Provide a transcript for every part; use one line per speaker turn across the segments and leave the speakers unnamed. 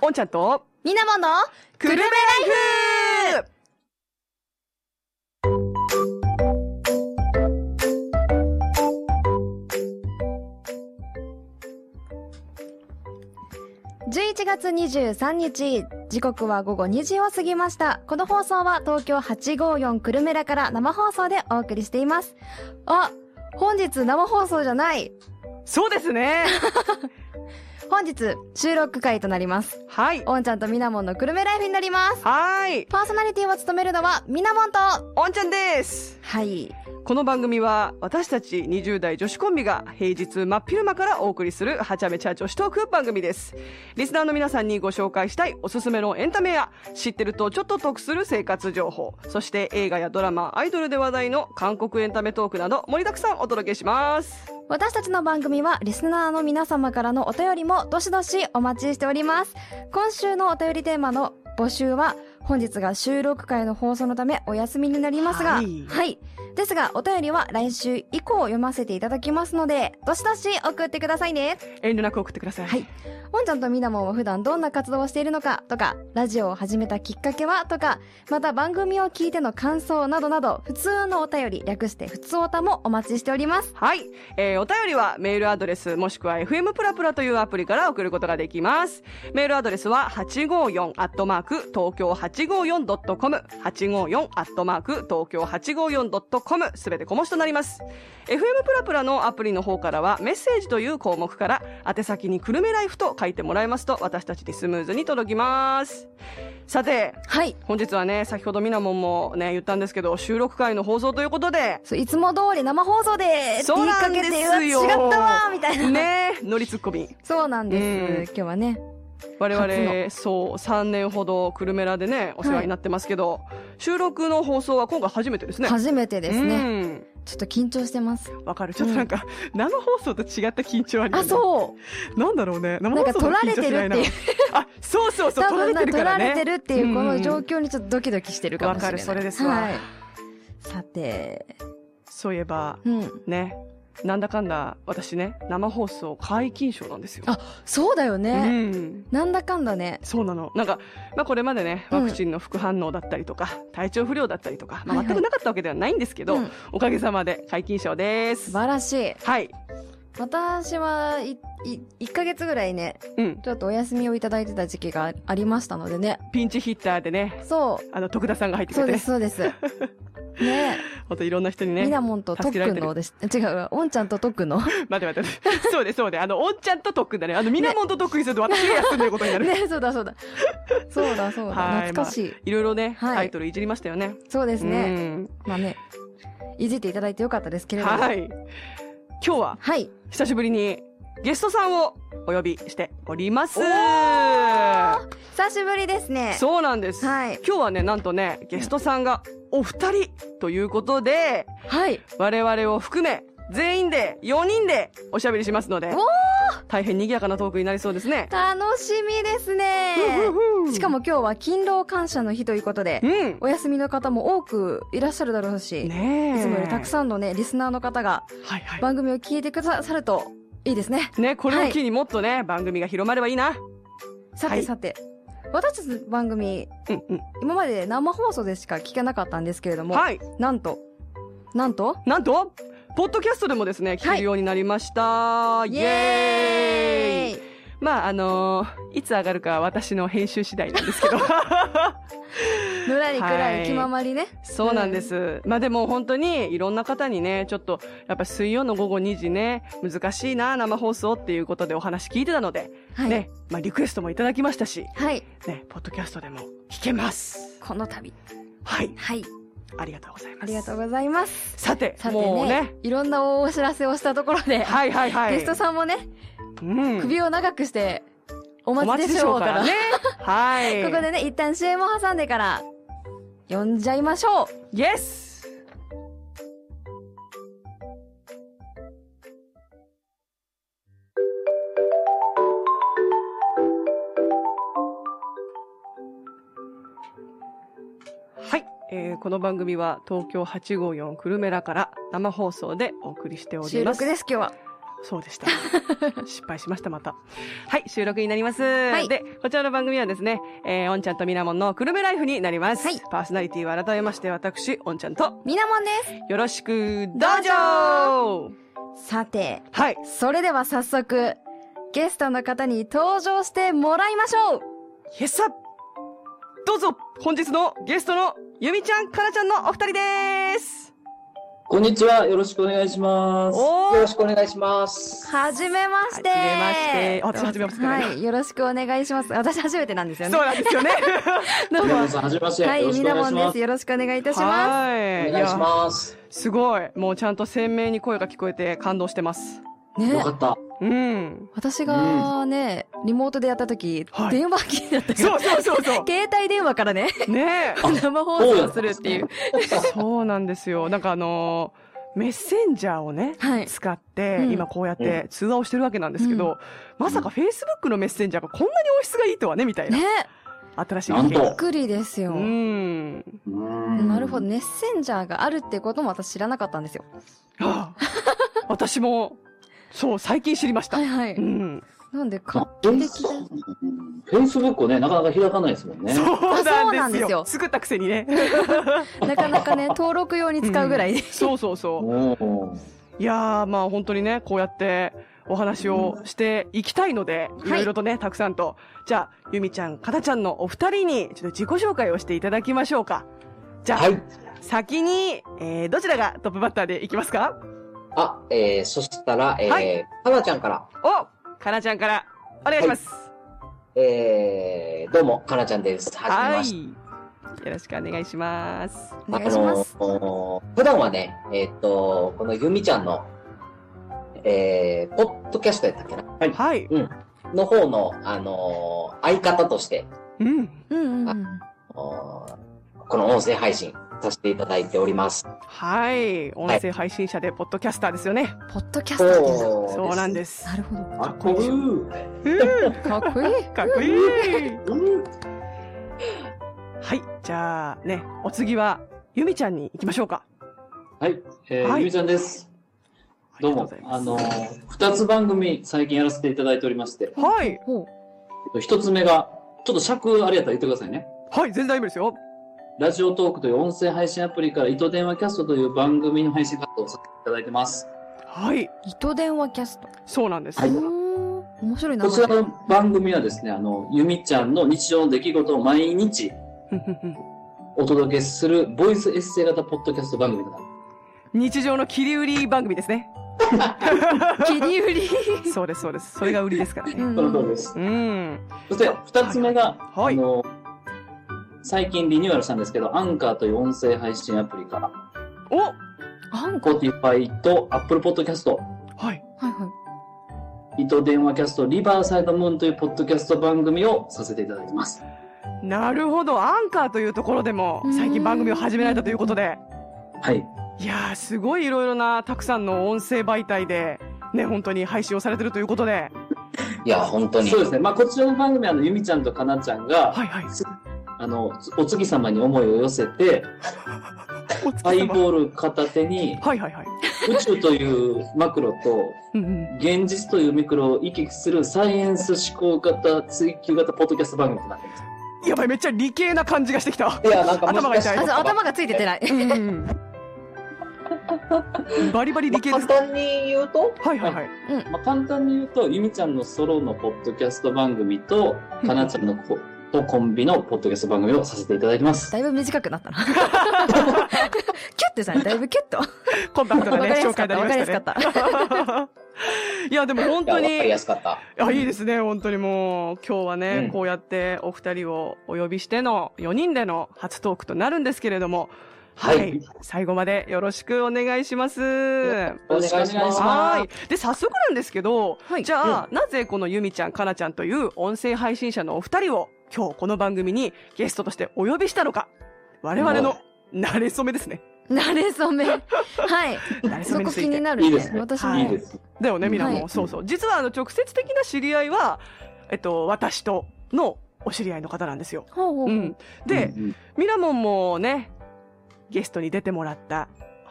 おんちゃんと、
みなもの、
くるめライフ
11月23日、時刻は午後2時を過ぎました。この放送は東京854クルメラから生放送でお送りしています。あ、本日生放送じゃない。
そうですね。
本日収録回となります。
はい。
おんちゃんとみなもんのクルメライフになります。
はーい。
パーソナリティを務めるのはみなもんと。
おんちゃんです。
はい。
この番組は私たち20代女子コンビが平日真っ昼間からお送りするはちゃめちゃ女子トーク番組です。リスナーの皆さんにご紹介したいおすすめのエンタメや知ってるとちょっと得する生活情報、そして映画やドラマ、アイドルで話題の韓国エンタメトークなど盛りだくさんお届けします。
私たちの番組はリスナーの皆様からのお便りもどしどしお待ちしております。今週のお便りテーマの募集は本日が収録回の放送のためお休みになります
は
が、はいい、ですがお便りは来週以降読ませていただきますので、どしどし送ってくださいね。
遠慮なく送ってください。
はいおんちゃんとみなもんは普段どんな活動をしているのかとか、ラジオを始めたきっかけはとか、また番組を聞いての感想などなど、普通のお便り、略して普通おたもお待ちしております。
はい、えーお便りはメールアドレスもしくは FM プラプラというアプリから送ることができますメールアドレスは854アットマーク東京 854.com854 アットマーク東京 854.com すべて小文字となります FM プラプラのアプリの方からはメッセージという項目から宛先にくるめライフと書いてもらえますと私たちにスムーズに届きますさて
はい。
本日はね先ほどみなもんもね言ったんですけど収録回の放送ということで
そういつも通り生放送でって
そう
言い
な
か
ん
け
です
て
よ
うわ違ったわーみたいな、
ね乗りツッコミ
そうなんです、
うん
今日はね
我
初
々そう3年ほどクルメラでねお世話になってますけど、収録の放送は今回初めてですね。
初めてですね、
ね。
ちょっと緊張してます
わかる。ちょっとなんか、生放送と違った緊張あるよね。
あそう
なんだろうね。生
うな
放
んか
送
取
の
ら
緊
れ
張
て
しない
るっ
な
ていう。
あ、そうそうそう。
多
取ら
分
れ
な
てるか
取
ら
ら
ね。
れてるっていうこ
うんう
の
ん
状況にちょっとドキドキしてるかもしれない
わかるそれですわ
はい、さて
そういえば
うん
ね、なんだかんだ私ね生放送解禁賞なんですよ。
あそうだよ
う
ね、
ん。
なんだかんだね
そうなのなんか、まあ、これまでねワクチンの副反応だったりとか、体調不良だったりとか、まあ、
はいはい
全くなかったわけではないんですけど、
うん
おかげさまで解禁賞で
素
す。
晴らしい
はい、
私はいい1ヶ月ぐらいね
うん、
ちょっとお休みをいただいてた時期がありましたのでね
ピンチヒッターでね
そう
あの徳田さんが入ってく
そう
れてね
です、そうです。 ね
本当いろんな人にね
みな
待
もんととっ
助けられ
く
て
ん
る
のです。違う、おんちゃんととっくん の。ね、
って待って待ってそうですそうですあのおんちゃんと特訓だねあのみなもんと特訓すると私が休んでることに なる、
そうだ、そうだ。そうだ、そうだ。
はい
懐かし
い
い。
ろいろね、
はい
タイトルいじりましたよね
そうですね。
うん
まあね、いじっていただいてよかったですけれども。は。
はいい今日は久しぶりにゲストさんをお呼びしております
おー久しぶりですね。
そうなんです、
はい。
今日はねなんとねゲストさんがお二人ということで
はい。
我々を含め全員で4人でおしゃべりしますので
おー
大変賑やかなトークになりそうですね。
楽しみですね。しかも今日は勤労感謝の日ということで
う、ん
お休みの方も多くいらっしゃるだろうし、
ねえ
いつもよりたくさんのね、リスナーの方が
はいは
番組を聞いてくださるといいですね。
いねこれを機にもっとね、番組が広まればいいな。
さ
は
て
い
さて、私たちの番組、
うんうん
今まで生放送でしか聞けなかったんですけれども、
はい
なんと、なんと、
なんとポッドキャストでもですね聞け
はい
るようになりました、イエーイ
イ
まああのーいつ上がるかは私の編集次第なんですけど
ぬらりくら
はい
り気ままりね。
そうなんです、まあでも本当にいろんな方にねちょっとやっぱ水曜の午後2時ね難しいな生放送っていうことでお話聞いてたので、
はい。
ね、まあ、リクエストもいただきましたし
はい。
ねポッドキャストでも聞けます
この度。
はい
はい。
ありがとうございます
ありがとうございます。
さて
さてね、
もうね
いろんなお知らせをしたところで、
はいはいはい
ゲストさんもね、
うん
首を長くして、お
お
待
待
ち
ち
で
で
し
し
ょ
ょ
う
う
か。
かららね はい
ここでね、一旦 CM を挟んでから、呼んじゃいましょう。
イエスはい、えー、この番組は東京854クルメラから生放送でお送りしており
収
ます
録です、今日は。
そうでした。 失敗しました、また。はい、収録になります。
い
で、こちらの番組はですね、えー、おんちゃんとみなもんのくるめライフになります。
はい
パーソナリティは改めまして、私、おんちゃんと、
みなもんで
よろしく、どうぞ
すさて、
はい。
それでは早速、ゲストの方に登場してもらいましょう
イエスどうぞ本日のゲストのゆみちゃん、かなちゃんのお二人です
こんにちは。よろしくお願いします。
おー
よろしくお願いします。
はじめまして
はじめましてあ私はじめましてだね
はい、よろしくお願いします。私初めてなんです
そ
よ
う
ね。
なんですよね
どう
み
も
なもんさん、はじめまして。
はい、
よろし
み
く
な
お願い
もん
しま。
ですす。よろしくお願いいたしま
は
お
い
願いし
や
ます。
すごいもうちゃんと鮮明に声が聞こえて感動してます
す。
よ
ね
か。った。
うん
私がね、リモートでやった時、
はい
電話機だったから、
そうそうそう そ
携帯電話からね、
うねえ
生放送するっていう。
そうなんですよなんかあのーメッセンジャーをね
はい。
使って、
うん
今こうやって通話をしてるわけなんですけど、まさかフェイスブックのメッセンジャーがこんなに音質がいいとはねみたいな、
ね、
新しい
なんと
びっくりですよ
う。ん
うーん
なるほど、。メッセンジャーがあるってことも私知らなかったんですよ。
はあ私もそう最近知りました、
はいは
う
い。
ん、
なんで画
ま
期
フェイ
的
ス
だ。
フェイスブックをね、なかなか開かないですもんね。
そうな
あそうなんん
で
ですす
よ
よ
作ったくせにね
なかなかね、登録用に使うぐらいで。
そうそうそ
おー
ういやーまあ本当にねこうやってお話をしていきたいので、
はい
いろいろとねたくさんとじゃあゆみちゃんかなちゃんのお二人にちょっと自己紹介をしていただきましょうかじゃあ、
はい。
先に、えーどちらがトップバッターでいきますか
あ、えー、そしたら、え
は
ー、かなちゃんから。
おかなちゃんからお願いします、
えー、どうも、かなちゃんです。はじめまして。
よろしくお願いします
お願いします。
あのー普段はね、えーっと、このゆみちゃんの、えー、ポッドキャストやったっけなはい
はい
の方の、あのー相方として、
うん
うんうんうん。
あーこの音声配信させていただいております。
はい。音声配信者で、ポッドキャスターですよね。
ポッドキャストっていうんだ
そうなんです。
なるほど。
かっこいい。
うん
かっこいい。
かっこいい。はい。じゃあね、お次は、ゆみちゃんに行きましょうか。
はい、えー
はい
ゆみちゃんです。どうも、あ
ありがとう
の
ござい
ー、二つ番組最近やらせていただいておりまして、
ます。はい。
ほう。
えっと一つ目が、ちょっと尺あれやったら言ってくださいね。
はい、全然大丈夫ですよ。
ラジオトークという音声配信アプリから糸電話キャストという番組の配信活動をさせていただいてます。
はい。
糸電話キャスト。
そうなんです。
はいう
ーん。面白いな。
こちらの番組はですね、あの、ゆみちゃんの日常の出来事を毎日
ふんふんふん
お届けするボイスエッセイ型ポッドキャスト番組となります。
日常の切り売り番組ですね。
切り売り。
そうです、そうです。それが売りですから ね。
ん
この通りです。
うん。
そして二つ目が、
はい
あの、最近リニューアルしたんですけど、アンカーという音声配信アプリから、
お
あんこ。
Spotify と Apple Podcast、
はい。
はいはい。
糸電話キャストリバーサイドムーンというポッドキャスト番組をさせていただいてます。
なるほど。アンカーというところでも、最近番組を始められたということで。
はい。
いやー、すごいいろいろな、たくさんの音声媒体で、ね、本当に配信をされてるということで。
いや、本当に。
そうですね。まあ、こちらの番組は、あの、ゆみちゃんとかなちゃんが、
はいはい。
あの、お月様に思いを寄せて、
お疲
ハ
れ様。
イボール片手に、
はいはいはい。
宇宙というマクロと、
うんうん
現実というミクロを行き来するサイエンス思考型、追求型ポッドキャスト番組となっています。
やばい、めっちゃ理系な感じがしてきた。
いや、なんか
頭が
難しい
痛い
あ、そう頭がついててない。
うん。バリバリ理系で
簡
すか。
単に言うと、
はいはいはい。
まあ、簡単に言うと、ゆみちゃんのソロのポッドキャスト番組と、かなちゃんのコとコンビのポッドキャスト番組をさせていただいてます。
だいぶ短くなったな。キュ ッてさ、だいぶキュッと。わ
コンパクトな
か
ね、
りや
紹
すか
介
っ
にな
た。
り
わ
ま
かりや
し
すかったた。
ね。 いや、でも本
いや、
当
わか
に
り、やすかった。
あ、いいですね、本当にもう、今日はね、
うん
こうやってお二人をお呼びしての4人での初トークとなるんですけれども、は
はい
い。最後までよろしくお願いします。
お願いします
はい。で、早速なんですけど、
はい
じゃあ、なぜこのゆみちゃん、かなちゃんという音声配信者のお二人を今日この番組にゲストとしてお呼びしたのか。我々の慣れ初めですね。
慣れ初め。はい。
慣れ初め
そ
に
こ
つ
気
い
に
て。
ない
い
る
で
ね
す。ね
私
はい
いい
も
で。す。
だよね、ミラ
は
も。
い
そうそう。実は、あの、直接的な知り合いは、えっと、私とのお知り合いの方なんですよ。
ほうほ
う
う。
ん。で、
うんうん
ミラモンもね、ゲストに出てもらった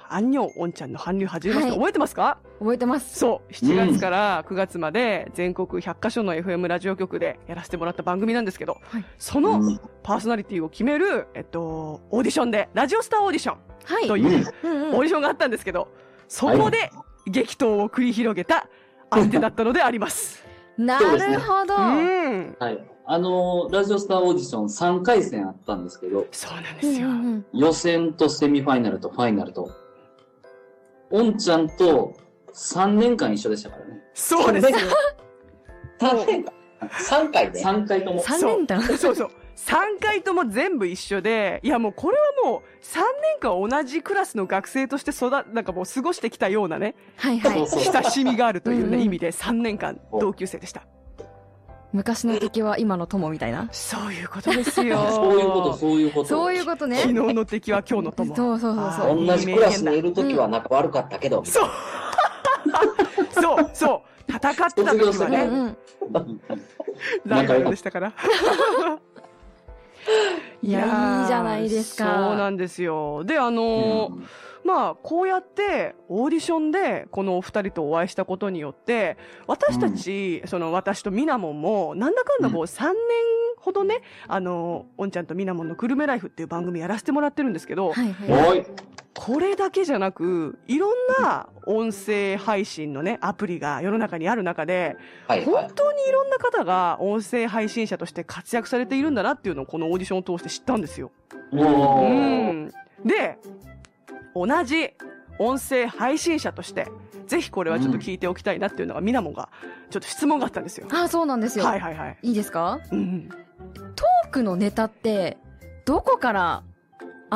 アンニョンオンちゃんの韓流始めました、
はい
覚えてますか
覚えてます。
そう7月から9月まで全国100カ所の FM ラジオ局でやらせてもらった番組なんですけど、
はい
そのパーソナリティを決める、えっと、オーディションでラジオスターオーディション
はい。
と
う
い
ん
う
うん
うん
オーディションがあったんですけどそこで激闘を繰り広げた相手だったのであります。
なるほど。
うん、
はい。あの、ラジオスターオーディション3回戦あったんですけど、
そうなんで
うん
すよ。
うんうん
予選とセミファイナルとファイナルと、おんちゃんと3年間一緒でしたからね。
そうですよ。
3回三回ね。
3回とも。
三連単。
そうそう。3回とも全部一緒で、いやもうこれはもう3年間同じクラスの学生として育、なんかもう過ごしてきたようなね、
はいはい。
そう
親しみがあるという
うんう
ね、
ん
意味で3年間同級生でした。
昔の敵は今の友みたいな。
そういうことですよ。
そういうこと、そういうこと。
そういうことね。
昨日の敵は今日の友。
そうそうそう
あ
そう。
ー
同じクラスにいるときは仲悪かったけど、
そう。そう、そう。戦ってた時は
う
ね
ん、うん。
うん
ライバルでしたから。
いや、いいじゃないですか。
そうなんですよ。で、あのー
うん
まあ、こうやってオーディションでこのお二人とお会いしたことによって、私たち、その私とみなもんも、なんだかんだもう3年ほどね、あの、おんちゃんとみなもんのグルメライフっていう番組やらせてもらってるんですけど、
はいはい。
おい。
これだけじゃなく、いろんな音声配信のね、アプリが世の中にある中で、
はいは
本
い。
当にいろんな方が音声配信者として活躍されているんだなっていうのをこのオーディションを通して知ったんですよ。
お
う
ー。
んで同じ音声配信者としてぜひこれはちょっと聞いておきたいなっていうのが、みなもんがちょっと質問があったんですよ。
あ、そうなんですよ。
はいはいはい。
いいですか
うんうん、
トークのネタって、どこから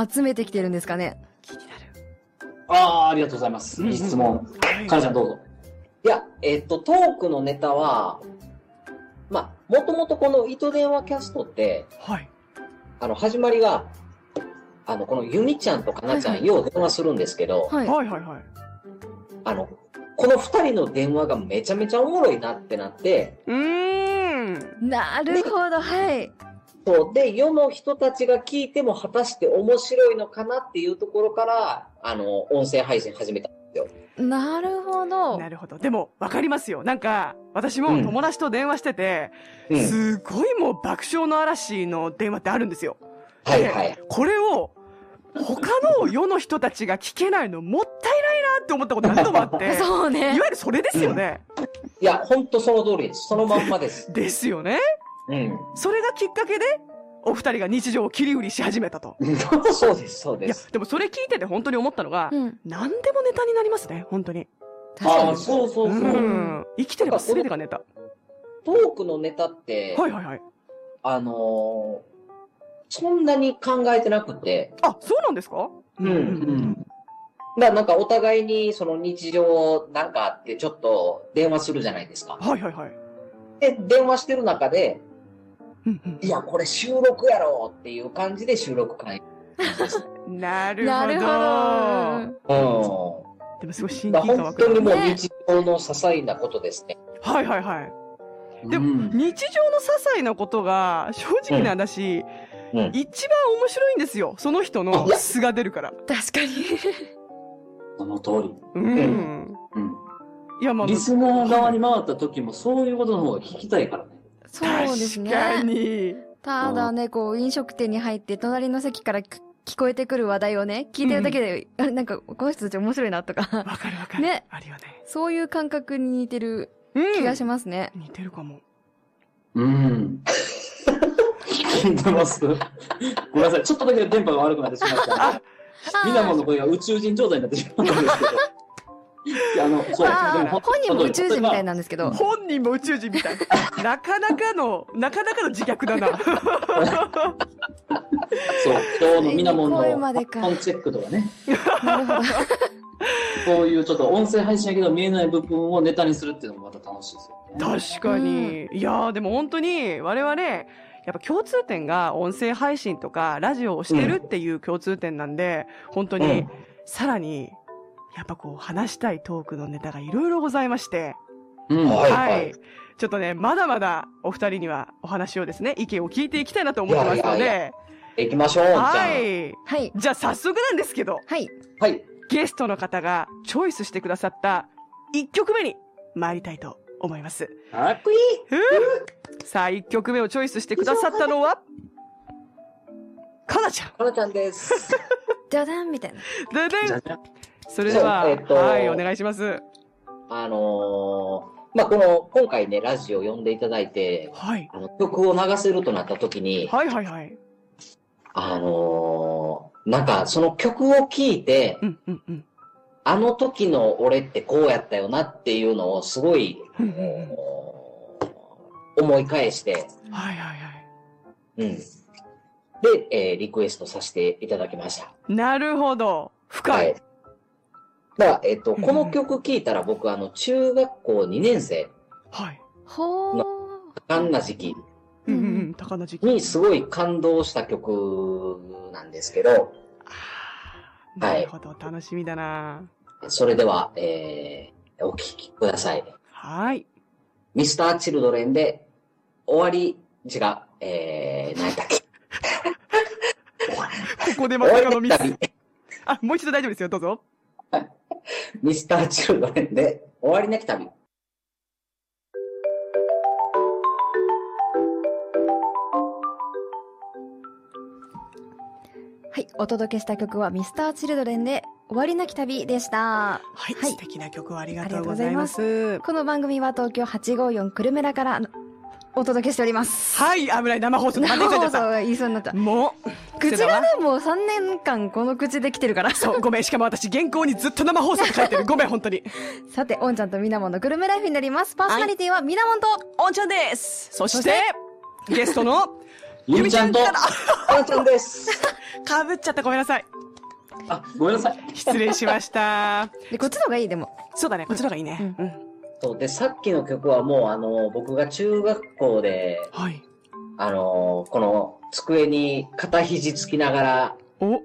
集めてきてるんですかね
気にな
あー、ありがとうございます。
うん
いい質問。
る。
かなちゃん
う
どうぞ。
いや、えっと、トークのネタは、まあ、もともとこの糸電話キャストって、
はい。
あの、始まりが、あの、このゆみちゃんとかなちゃ
はい
ん、よう電話するんですけど、
はい。
はいはいはい。
あの、この二人の電話がめちゃめちゃおもろいなってなって、
うーん。
なるほど、はい。
そう、で、世の人たちが聞いても果たして面白いのかなっていうところから、あの、音声配信始めた。
なるほど。
なるほど。でも、わかりますよ。なんか、私も
うん
友達と電話してて、
うん。
すごいもう爆笑の嵐の電話ってあるんですよ。
はいはい。
これを、他の世の人たちが聞けないのもったいないなって思ったこと何度もあって、 い
そうね
わ。ゆるそれですよね。
いや、ほんとその通りです。そのまん まです。
ですよね。
うん。
それがきっかけで、お二人が日常を切り売りし始めたと。
そうです、そう
い
で
や
す。、
でもそれ聞いてて本当に思ったのが、
うん。
何でもネタになりますね、本当に。
確か
あー、
に。
そうそううそう。
ん。生きてれば全てがネタ。
トークのネタって、
はいはいはい。
あのーそんなに考えてなくて、
あ、そうなんですか
うん
うん。
だからなんかお互いにその日常なんかあってちょっと電話するじゃないですか。
はいはいはい。
で、電話してる中で、
うん
いや、これ収録やろっていう感じで収録会。
うんなる
なる
ほ
ほ
ど。
うん。
でもすごい親
だか
近
ら
感湧
本
く
当にもう
ね
日常の些細なことですね。
な。はいはいはい。で
も、
日常の些細なことが、正直な話、
うんうん
一番面白いんですよ。その人の素が出るから。
ど。確かに。
その通り。
うん。
う
いや、ま
ん。
あ、
リスナー側に回った時も、そういうことの方が聞きたいからね。
そうです
確か
ね。
に。
ただね、こう、飲食店に入って、隣の席からく聞こえてくる話題をね、聞いてるだけで、あれ、なんか、この人たち面白いなとか、
わかるわかる。
ね
あるよね。
そういう感覚に似てる
う
気がしますね。
似てるかも。
うん。聞いてますごめんなさい。ちょっとだけ電波が悪くなってしまった。みなもんの声が宇宙人状態になってしまったんですけど。いやあの、そう。
あ
で
ー
も
本人も宇宙人みたい。
本当に
なんですけど。
本人も宇宙人みたい。 なかなかの、なかなかの自虐だな。
そう。今日のみなもんの
声までか
本チェックとかね。
なるほど。
そういうちょっと音声配信やけど見えない部分をネタにするっていうのもまた楽しいですよね。
確かに。いやー、でも本当に、我々、やっぱ共通点が音声配信とかラジオをしてるっていう共通点なんで、本当に、さらに、やっぱこう話したいトークのネタがいろいろございまして、
うん。
はいはい
ちょっとね、まだまだお二人にはお話をですね、意見を聞いていきたいなと思ってますので、
いやいやいや行きましょう、じゃあ。
はい。
はい。
じゃあ早速なんですけど、
はい。
はい。
ゲストの方がチョイスしてくださった1曲目に参りたいと思います。
かっこいい
さあ、1曲目をチョイスしてくださったのは、かなちゃん。
かなちゃんです。
じゃだんみたいな。
でで
じ
ん
ゃじゃん
それでは、
そうえっと
はい、お願いします。
あのーまあ、この、今回ね、ラジオ呼んでいただいて、
はい。
あの曲を流せるとなった時に、
はいはいはい。
あのーなんかその曲を聴いて
う、んうんうん。
あの時の俺ってこうやったよなっていうのをすごい、
うんうん
もう思い返して、
はいはいはい。
うん。で、えーリクエストさせていただきました。
なるほど。深い。。
だから、えっ、と、
うん
この曲聴いたら僕、あの、中学校2年生、
はい。
ほー。
あんな時期
うんうんうん。高菜時期。
にすごい感動した曲なんですけど、
あー
は
ないるほど。楽しみだな。
それでは、えーお聴きください。
はい。
ミスター・チルドレンで、終わり、違う、えー、何だっけ。
ここでま
終
さ
わ
かの
り
ミ
の
ス。
旅。
あ、もう一度大丈夫ですよ。どうぞ。
ミスター・チルドレンで、終わりなき旅。
はい、お届けした曲は Mr.Children で終わりなき旅でした。
はい。
はい
素敵な曲をありがとうございます。
この番組は東京854久留米らからお届けしております。
はい。危ない。生放送。
生
生放
放
送
送が言い そうになった。
もう。
口
だ
が
わ
ね、もう3年間この口で来てるから。
そう、ごめん。しかも私、原稿にずっと生放送って書いてる。ごめん、本当に。
さて、おんちゃんとみなもんのグルメライフになります。パーソナリティはみなもんと、
おんちゃんです。 そして、ゲストの、
ゆみちゃんと、
あんちゃんです。
かぶっちゃった。ごめんなさい。
あ、ごめんなさい。
失礼しました。
でこっちの方がいいでも。
そうだね。こっちの方がいいね。うん。
そう、で、さっきの曲はもう、あの、僕が中学校で、
はい。
あの、この、机に肩肘つきながら、
お、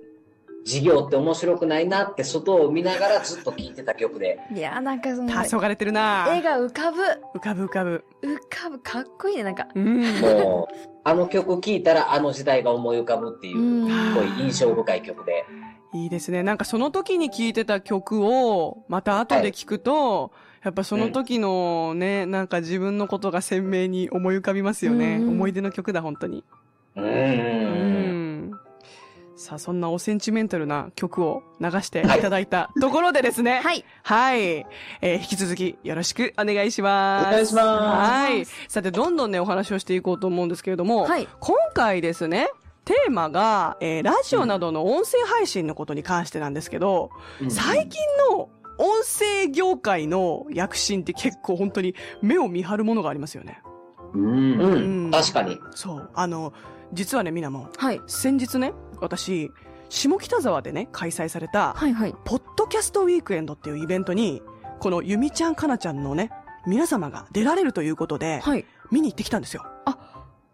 授業って面白くないなって外を見ながらずっと聴いてた曲で、
いやーなんかその、
黄昏れてる
絵
な
が浮かぶ、
浮かぶ浮かぶ。
浮かぶ、かっこいいね、なんか。
うん。
もう、あの曲聴いたらあの時代が思い浮かぶっていう、すごい印象深い曲で、
いいですね。なんかその時に聴いてた曲を、また後で聴くと、やっぱその時のね、なんか自分のことが鮮明に思い浮かびますよね。
うん
思い出の曲だ、本当に。
うん
う
うん。
ん。さあ、そんなおセンチメンタルな曲を流していただいたところでですね。。
はいい。
えー引き続きよろしくお願いし
お
ます。
願いしま
はい。さて、どんどんね、お話をしていこうと思うんですけれども、
はい。
今回ですね、テーマが、えーラジオなどの音声配信のことに関してなんですけど、
す。うん
最近の音声業界の躍進って結構本当に目を見張るものがありますよね。
うん。
う
うん
ん、確かに。
そう。あの、実はね、みなもん、
はい。
先日ね、私、下北沢でね、開催された、
はい、はい。
ポッドキャストウィークエンドっていうイベントに、このゆみちゃんかなちゃんのね、皆様が出られるということで、
はい。
見に行ってきたんですよ。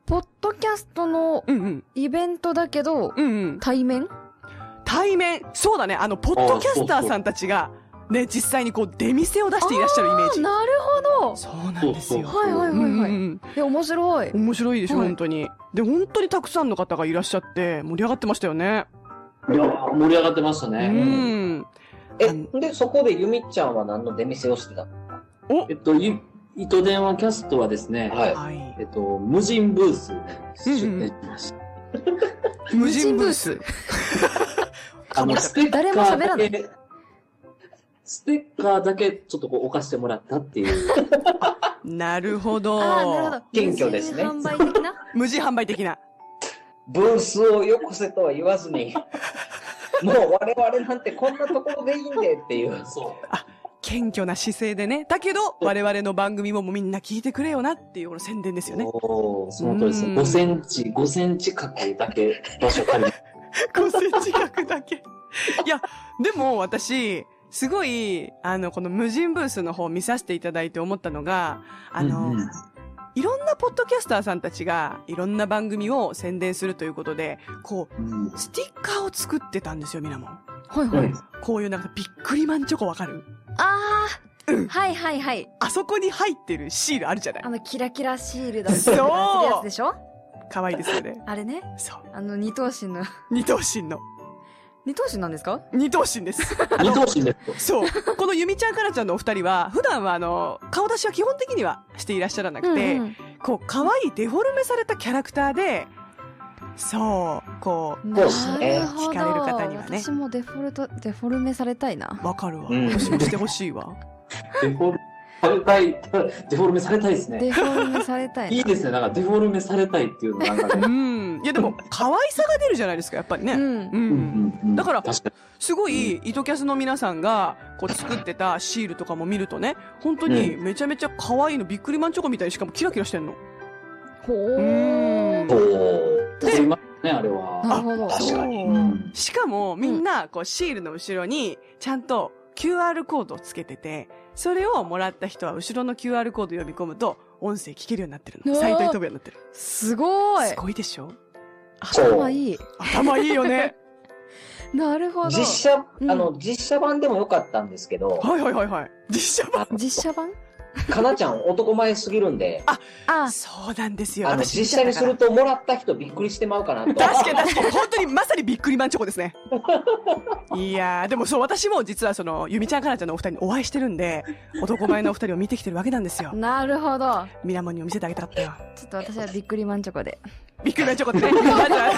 ポッドキャストの
うんうん。
イベントだけど、
うんうん。
対面
対面、そうだね、あの、ポッドキャスターさんたちが、ね、実際にこう、出店を出していらっしゃるイメージ。
なるほど
そうなんですよ。
はいはいはいはい。
うん
え、面白い。
面白いでしょ、
はい
本当に。で、本当にたくさんの方がいらっしゃって、盛り上がってましたよね。
いや、盛り上がってました
う
ね。
ん。
え
あの、
で、そこでゆみちゃんは何の出店をしてたの
お
えっと、ゆ糸電話キャストはですね、
はい。
は
えっと、無人ブースに出店しました。
い。無人ブース。
あの、ステッカ
誰も
ー
喋らな
だけ、ステッカーだけちょっとこう置かしてもらったっていう。
なるほど。
ああ、なるほど。
謙虚ですね
無人販売 的な。
無人販売的な。
ブースをよこせとは言わず に、もう我々なんてこんなところでいいんでっていう。
そう。
謙虚な姿勢でね。だけど、我々の番組ももうみんな聞いてくれよなっていうこの宣伝ですよね。
おーその通りです
う
ね。
ん
5センチ、5センチ角だけ場所借りて。
5センチ角だけ。いや、でも私、すごい、あの、この無人ブースの方見させていただいて思ったのが、あの、
うんうん
いろんなポッドキャスターさんたちが、いろんな番組を宣伝するということで、こ
うん
う、スティッカーを作ってたんですよ、みなもん。
はいはい。
こういうなんか、びっくりマンチョコわかる
ああ、はいはいはい。
あそこに入ってるシールあるじゃない
あの、キラキラシールド
そう
するやつでしょ
可愛いですよね。
あれね。
そう。
あの、二頭身の。
二頭身の。
二等身なんですか
二等身です。
二等身です。
そう。このゆみちゃん、からちゃんのお二人は、普段はあの、顔出しは基本的にはしていらっしゃらなくて、
うんうん
こう、可愛いデフォルメされたキャラクターで、そう、こ
そうですね
なるほど
聞かれる方にはね
私もデフォルト、デフォルメされたいな。
う、わかるわ。
うん
私もしてほしいわ。
デフォルメされたい、デフォルメされたいですね。
デフォルメされ たいな。
いいですね。なんかデフォルメされたいっていうのなんか
う
ね。
ん。いや、でも、可愛さが出るじゃないですか、やっぱりね。
うん
う。ん。
うん
だから
確か
すごい、糸キャスの皆さんが、こう、作ってたシールとかも見るとね、本当にめちゃめちゃ可愛いの、びっくりマンチョコみたいにしかもキラキラしてんの。
ほ
うん
ー。
に。そう。思いますね、あれは。
なるほど。
確かに。
そう
うん
しかも、みんな、こう、シールの後ろに、ちゃんと QR コードをつけてて、それをもらった人は、後ろの QR コード読み込むと、音声聞けるようになってるの。
うわー
サイトに飛ぶようになってる。
すごい
す。ごいでしょ
そう
頭いい。
頭いいよね。
なるほど。
実写、
うん
あの、実写版でもよかったんですけ ど、
はいはいはいはい。実写版。
実写版
かなちゃん男前すぎるんで、
あ、
そうなんですよ。
あの、
私
実写にする
だ
ともらった人びっくりしてまうかなと。
から。確かに確かに。本当にまさにびっくりマンチョコですね。いやー、でもそう、私も実はその、ゆみちゃんかなちゃんのお二人にお会いしてるんで、男前のお二人を見てきてるわけなんですよ。
なるほど。
ミラモンにも見せてあげたかったよ。
ちょっと私はびっくりマンチョコで。
びっくりマンチョコってね。まずは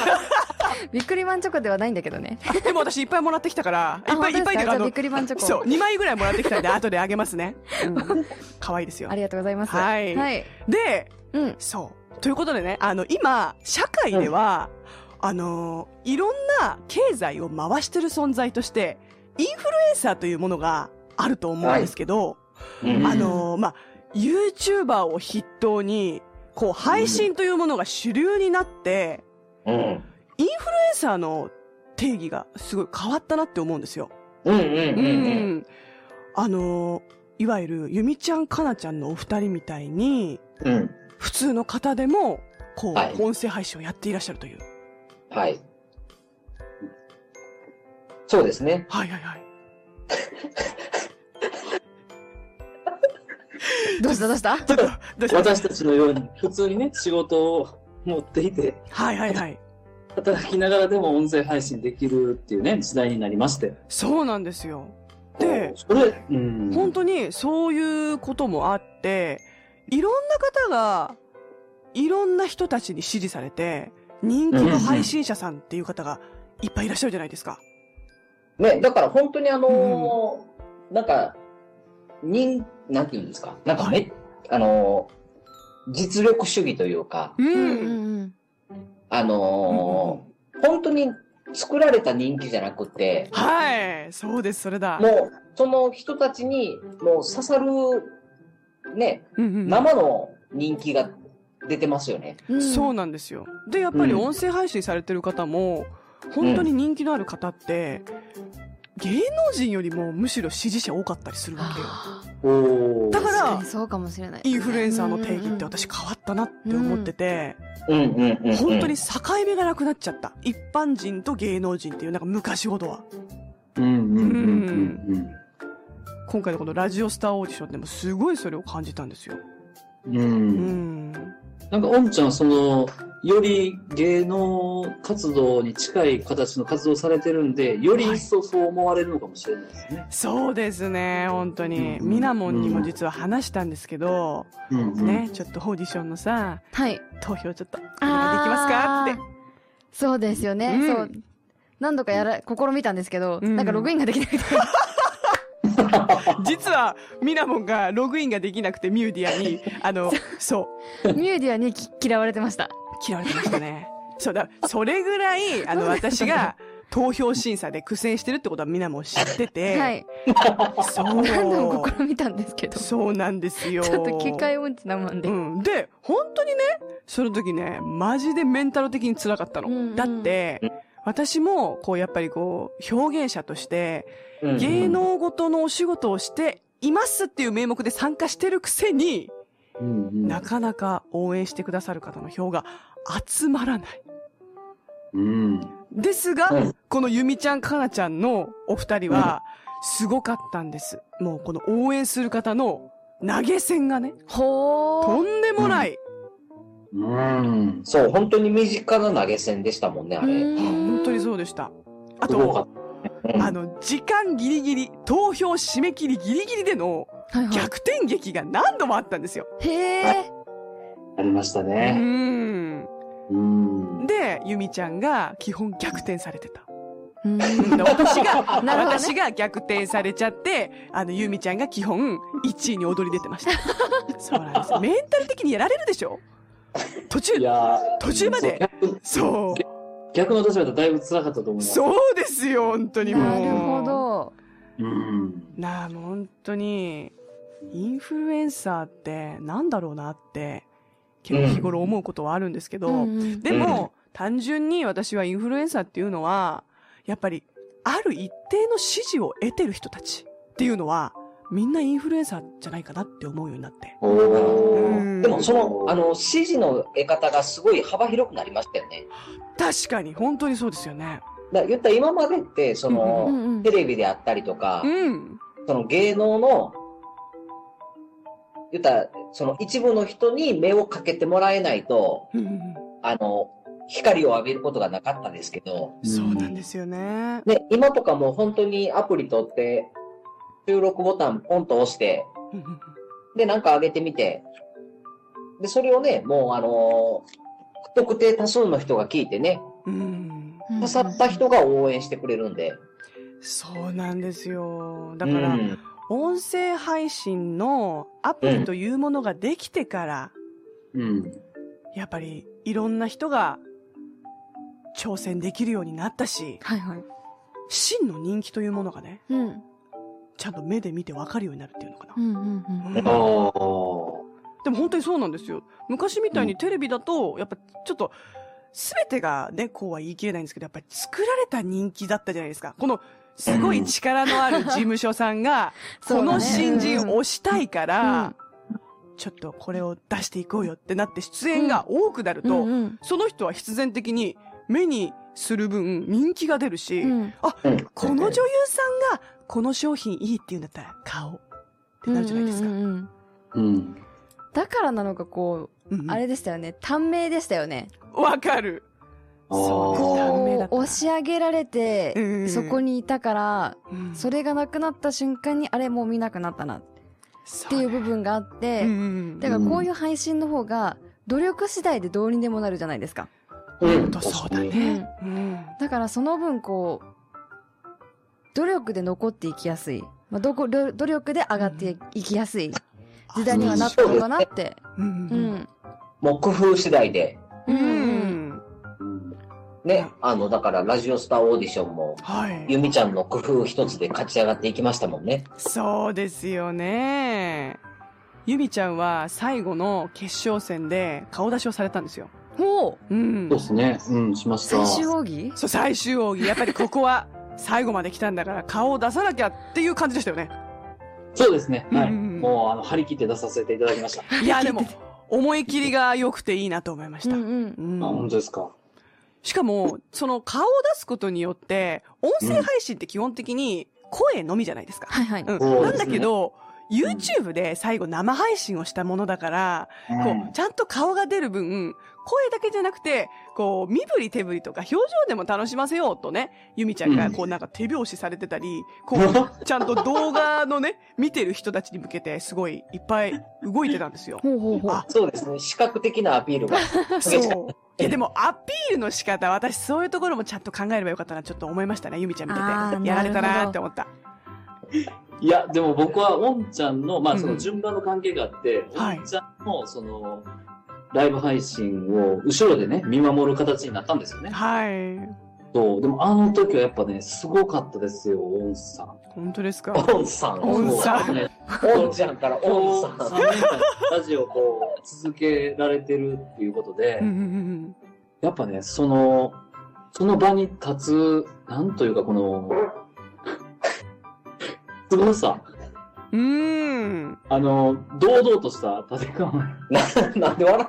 びっくりマンチョコではないんだけどね。
でも私いっぱいもらってきたから、い
あ
っぱいいっぱい
本当ですか
だから、あ
じゃあび
の
っ、くりマンチョコ。
そう、2枚ぐらいもらってき たんで、後であげますね。うん可愛いですよ
あ。りがとうございます。
はい
はい。
で、
うん。
そう。ということでね、あの、今、社会では、あの、いろんな経済を回してる存在として、インフルエンサーというものがあると思うんですけど、
うん
あの、まあ、YouTuber を筆頭に、こう、配信というものが主流になって、
うん。
インフルエンサーの定義がすごい変わったなって思うんですよ。
うんうん
う
うんうん。
ん。あの、いわゆる、ゆみちゃん、かなちゃんのお二人みたいに、
うん。
普通の方でも、こう、
はい
音声配信をやっていらっしゃるという。
はい。そうですね。
はいはいはい。
どうしたどうした
ちょっと、どうした
私たちのように、普通にね、仕事を持っていて、
はいはいはい。
働きながらでも音声配信できるっていうね、時代になりまして。
そうなんですよ。で、
それ、うん。
本当にそういうこともあって、いろんな方が、いろんな人たちに支持されて、人気の配信者さんっていう方がいっぱいいらっしゃるじゃないですか。
ね、だから本当にあのーなんか、人、なんて言うんですか。なんかめ、あのー実力主義というか、
う
うんうん
あのー本当に作られた人気じゃなくて、
はい。そうです、それだ。
もう、その人たちに、もう刺さる、ね、
うんうん
生の人気が出てますよね。
うん。
そう
う
なんですよ。で、やっぱり
うん
音声配信されてる方も、本当に人気のある方って、芸能人よりもむしろ支持者多かったりするわけよ。
おー
だか
確からに、そうかもしれない。
インフルエンサーの定義って私変わったなって思ってて、
うんうんうん、うん。
本当に境目がなくなっちゃった。一般人と芸能人っていう、なんか昔ほどは。
うんうんうんうん
今回のこのラジオスターオーディションでもすごいそれを感じたんですよ。
うん。う。
うんん。
なんか、おんちゃん、その、より芸能活動に近い形の活動をされてるんで、より一層そう思われるのかもしれないですね。
そうですね、本当に。
うん
ミナモンにも実は話したんですけど、
うんうん
ね、ちょっとオーディションのさ、
はい。
投票ちょっとお願いできますかって
あー。そうですよね。
うん
そう。何度かやら、試みたんですけど、
うん
なんかログインができなくて。
実はミラモンがログインができなくてミューディアにあ のそう
ミューディアにき嫌われてました。
嫌われてましたねそうだそれぐらいあの私が投票審査で苦戦してるってことはミナモン知ってて、
はい。
そう
何度も試みたんですけど。ち
そうなんですよ
ょっと警戒音痴なもんで。
うん、で本当にねその時ねマジでメンタル的に辛かったの、
うんうん
だって私もこうやっぱりこう表現者として
うん
芸能ごとのお仕事をしていますっていう名目で参加してるくせに、
うんうん
なかなか応援してくださる方の票が集まらない。
うん。
ですが、
うん
このゆみちゃん、かなちゃんのお二人は、すごかったんです。もうこの応援する方の投げ銭がね、
ほ
と
ー。
んでもない。
うん。
そう、本当に身近な投げ銭でしたもんね、あ
う
れ。
ーん
本当にそうでした。あ
すごか
と
っ、
うん
あの、時間ギリギリ、投票締め切りギリギリでの
はいはい。
逆転劇が何度もあったんですよ。
へえ。
ありました
う
ね。
ん。
うん。
で、ゆみちゃんが基本逆転されてた。
う
うんん私 が、
なるほどね
私が逆転されちゃって、あの、ゆみちゃんが基本1位に踊り出てま した。そうなんです。メンタル的にやられるでしょ途中
い、やー
途中まで
そ
そう。
う逆逆の立場だとだいぶ辛かったと思います。
そうですよ、本当にもう。
なるほ。ど。
うん。
なあ、もう本当に、インフルエンサーってなんだろうなって、結構日頃思うことはあるんですけど、
うん
でも、単純に私はインフルエンサーっていうのは、やっぱり、ある一定の支持を得てる人たちっていうのは、みんなインフルエンサーじゃないかなって思うようになって。
おー
うん
でもその、あの、指示の得方がすごい幅広くなりましたよね。
確かに、本当にそうですよね。
だから言ったら今までって、その、
うんうん
テレビであったりとか、
うん。
その芸能の、言ったら、その一部の人に目をかけてもらえないと、
うん
あの、光を浴びることがなかったですけど、
そうなんですよね。
ね、今とかもう本当にアプリ取って、収録ボタンポンと押して、
うん
で、なんか上げてみて、で、それをね、もうあの不特定多数の人が聞いてね、
うん。
うん
刺さった人が応援してくれるんで。
そうなんですよ。だから、
うん
音声配信のアプリというものができてから、
うん。
やっぱりいろんな人が挑戦できるようになったし、
はいはい。
真の人気というものがね、
うん。うん
ちゃんと目で見てわかるようになるっていうのかな。
うんうん。
うん
お
でも本当にそうなんですよ。昔みたいにテレビだと、やっぱちょっと、すべてがね、こうは言い切れないんですけど、やっぱり作られた人気だったじゃないですか。この、すごい力のある事務所さんが、この新人を推したいから、ちょっとこれを出していこうよってなって出演が多くなると、
うん
その人は必然的に目にする分人気が出るし、
うん。
ー
この女優さんがこの商品いいって言うんだったら買おうってなるじゃないですか。
うんうんうん
うん。
だからなのかこ
うんう
うんあれでしたよね短命でしたよね
わかる。そう
あー
短命だ
こ
った
う押し上げられ
うん
て
うん
そこにいたから
うん
それがなくなった瞬間にあれもう見なくなったなっ
って
いう部分があって
うんうん
だからこういう配信の方が努力次第でどうにでもなるじゃないですか、
うん。
とそうだ
確かに。
ね。うん
だからその分こう努力で残っていきやすい、まあ、どこ努努力で上がっていきやすい時代にはなったのかなって
うん
う
うん
ん
もう工夫次第で、
う
うん
ん
うん
ね、あの、だからラジオスターオーディションも、
はい。
ゆみちゃんの工夫一つで勝ち上がっていきましたもんね。
そうですよね。ゆみちゃんは最後の決勝戦で顔出しをされたんですよ。
ほう
うん
そうで。すね。うん、しました。
最終奥義
そう、最終奥義。やっぱりここは最後まで来たんだから顔を出さなきゃっていう感じでしたよね。
そうですね。はい。
うんうん
もう、あの、張り切って出させていただきま した。
いや、でも、思い切りが良くていいなと思いまし
う
た。
んうん
うん
あ、本当ですか。
しかも、その顔を出すことによって、音声配信って基本的に声のみじゃないですか。
はいはい、
うん。
そう
なん
ですね
だけど、YouTube で最後生配信をしたものだから、こう、ちゃんと顔が出る分、声だけじゃなくて、こう、身振り手振りとか表情でも楽しませようとね、ゆみちゃんがこうなんか手拍子されてたり、こ う、ちゃんと動画のね、見てる人たちに向けてすごいいっぱい動いてたんですよ。
ほうほうほう
あ
そうですね、視覚的なアピールが。
そう。 いやでもアピールの仕方、私そういうところもちゃんと考えればよかったな、ちょっと思いましたね、ゆみちゃん見
あ
て
ー
て。やられた
なるほ
な
ど
って思った。
いや、でも僕は、おんちゃんの、まあ、そ
うん
の順番の関係があって、
はい
おんちゃんの、その、ライブ配信を後ろでね、見守る形になったんですよね。
はい。
そう。でも、あの時はやっぱね、すごかったですよ、おんさん。
本当ですか
オンさん。
オンさ
ん
ね。オンちゃんからオン
こ
さ。
うん3年間ラジオをこう続けられてるっていうことで、
うんうんうん
やっぱね、その、その場に立つ、なんというかこの、 すごさ。
うん。うーん。
あの、堂々とした立て構
なんで笑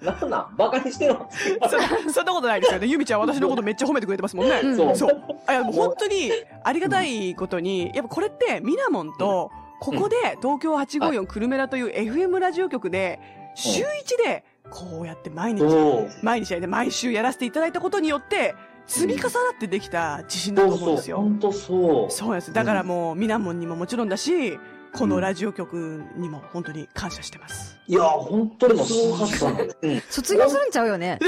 うなんなんバカにしてるの
そ そんなことないですよね。ゆみちゃん、私のことめっちゃ褒めてくれてますもんね。
う
え。
ん
そう。
そう。あいや、もう本当にありがたいことに、やっぱこれってミラモンと、ここで東京854クルメラという FM ラジオ局で、週一でこうやって毎日、
そう。
毎日やり毎週やらせていただいたことによって、積み重なってできた自信だ
そ
と
う
思うん
そう
ですよ。
本当そう
そうなんです。だからもう、みなもんにももちろんだし、このラジオ局にも本当に感謝してます。
いや本当にすごかったの
卒業するんちゃうよね。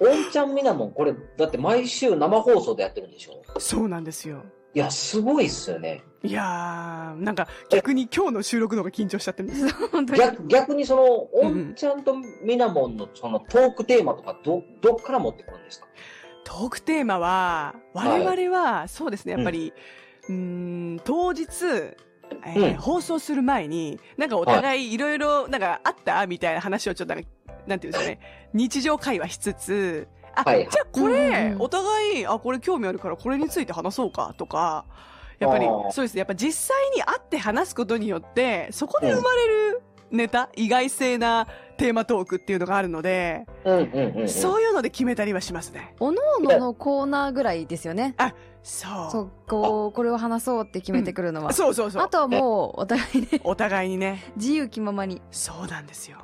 おんちゃんみなもん、これ、だって毎週生放送でやってるんでしょ
そうなんですよ。
いや、すごいっすよね。
いやー、なんか逆に今日の収録の方が緊張しちゃってるんです。
本当に。
逆逆にその、お
うんうん
んちゃんとみなもんのそのトークテーマとか、ど、どっから持ってくるんですか
トークテーマは、
はい
我々は、そうですね、やっぱり、うーん、当日、えー
うん
放送する前に、なんかお互いいろいろ、なんかあったみたいな話をちょっとなんか、なんていうんですかね、日常会話しつつ、あ、
はいはい
じゃあこ
うん
れ
う、ん
お互い、あ、これ興味あるからこれについて話そうかとか、やっぱり
あー、
そうですね、やっぱ実際に会って話すことによって、そこで生まれるネタ、意外性なテーマトークっていうのがあるので、
うんうんうん、うん。
そういうので決めたりはしますね。
おのおののコーナーぐらいですよね。
そう。
そう、こう、これを話そうって決めてくるのは。
そうそうそう
あ。とはもう、お互いね、
お互いにね、
自由気ままに。
そうなんですよ。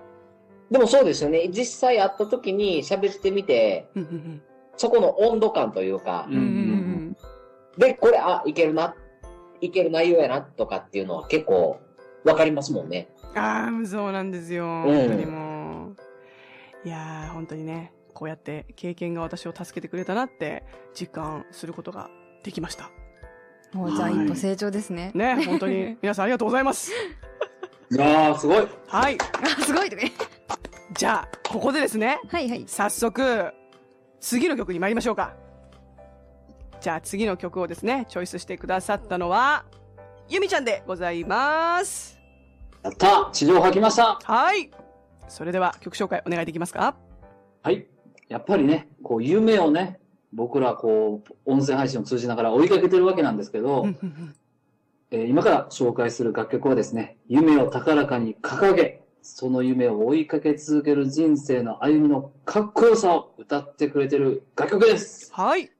でもそうですよね。実際会った時に喋ってみて、
うんうん
そこの温度感というか、
うんうんうん
で、これ、あ、いけるな、いける内容やな、とかっていうのは結構、わかりますもんね。
うん。ああ、そうなんですよ。
うん
本当にもう。いやー、本当にね、こうやって経験が私を助けてくれたなって実感することができました。
もう、じゃあ
はい
一歩成長ですね。
ね、本当 に皆さんありがとうございます。
いやーすごい
はい。
あ、すごいとか言って
じゃあ、ここでですね、
はいはい。
早速、次の曲に参りましょうか。じゃあ次の曲をですね、チョイスしてくださったのは、ゆみちゃんでございます。
やったー地上吐きました
はい。それでは曲紹介お願いできますか
はい。やっぱりね、こう、夢をね、僕らこう、音声配信を通じながら追いかけてるわけなんですけど、えー今から紹介する楽曲はですね、夢を高らかに掲げ、その夢を追いかけ続ける人生の歩みのかっこよさを歌ってくれてる楽曲です。
はい。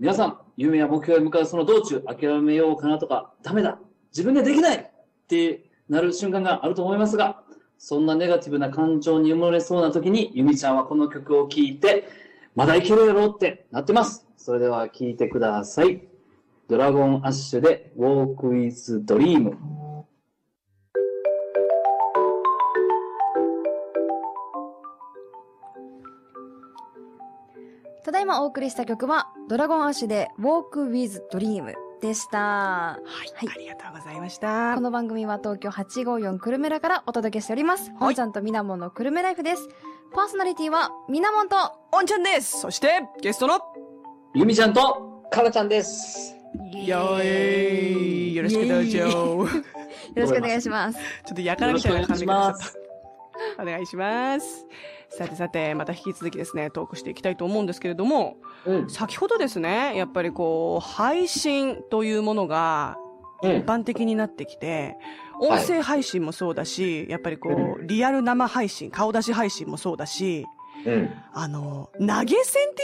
皆さん、夢や目標へ向かうその道中、諦めようかなとか、ダメだ自分でできないってなる瞬間があると思いますが、そんなネガティブな感情に埋もれそうな時に、ゆみちゃんはこの曲を聴いて、まだいけるやろってなってます。それでは聴いてください。ドラゴンアッシュで Walk with Dream。
ただいまお送りした曲は、ドラゴンアッシュで Walk with Dream でした。
は
はい
い。ありがとうございました
こ。の番組は東京854クルメラからお届けしております。ほんちゃんとみなもんのクルメライフです。パーソナリティはみなもんと、
おんちゃんです。そして、ゲストの、
ゆみちゃんと、
かなちゃんです。
よい。よろしくどうぞ。
イエ
ち
ーイよ
ょ
ろしくお願いします。
っとやから
よろ
み
したくお
い
願
ない感じ
し
が出ちゃっ
ま
た
す。
お願いします。さてさて、また引き続きですね、トークしていきたいと思うんですけれども、
うん。
先ほどですね、やっぱりこう、配信というものが
う
一
ん。
般的になってきて、
は
音
い
声配信もそうだし、やっぱりこう、リアル生配信、顔出し配信もそうだし、
うん。
あの、投げ銭ってい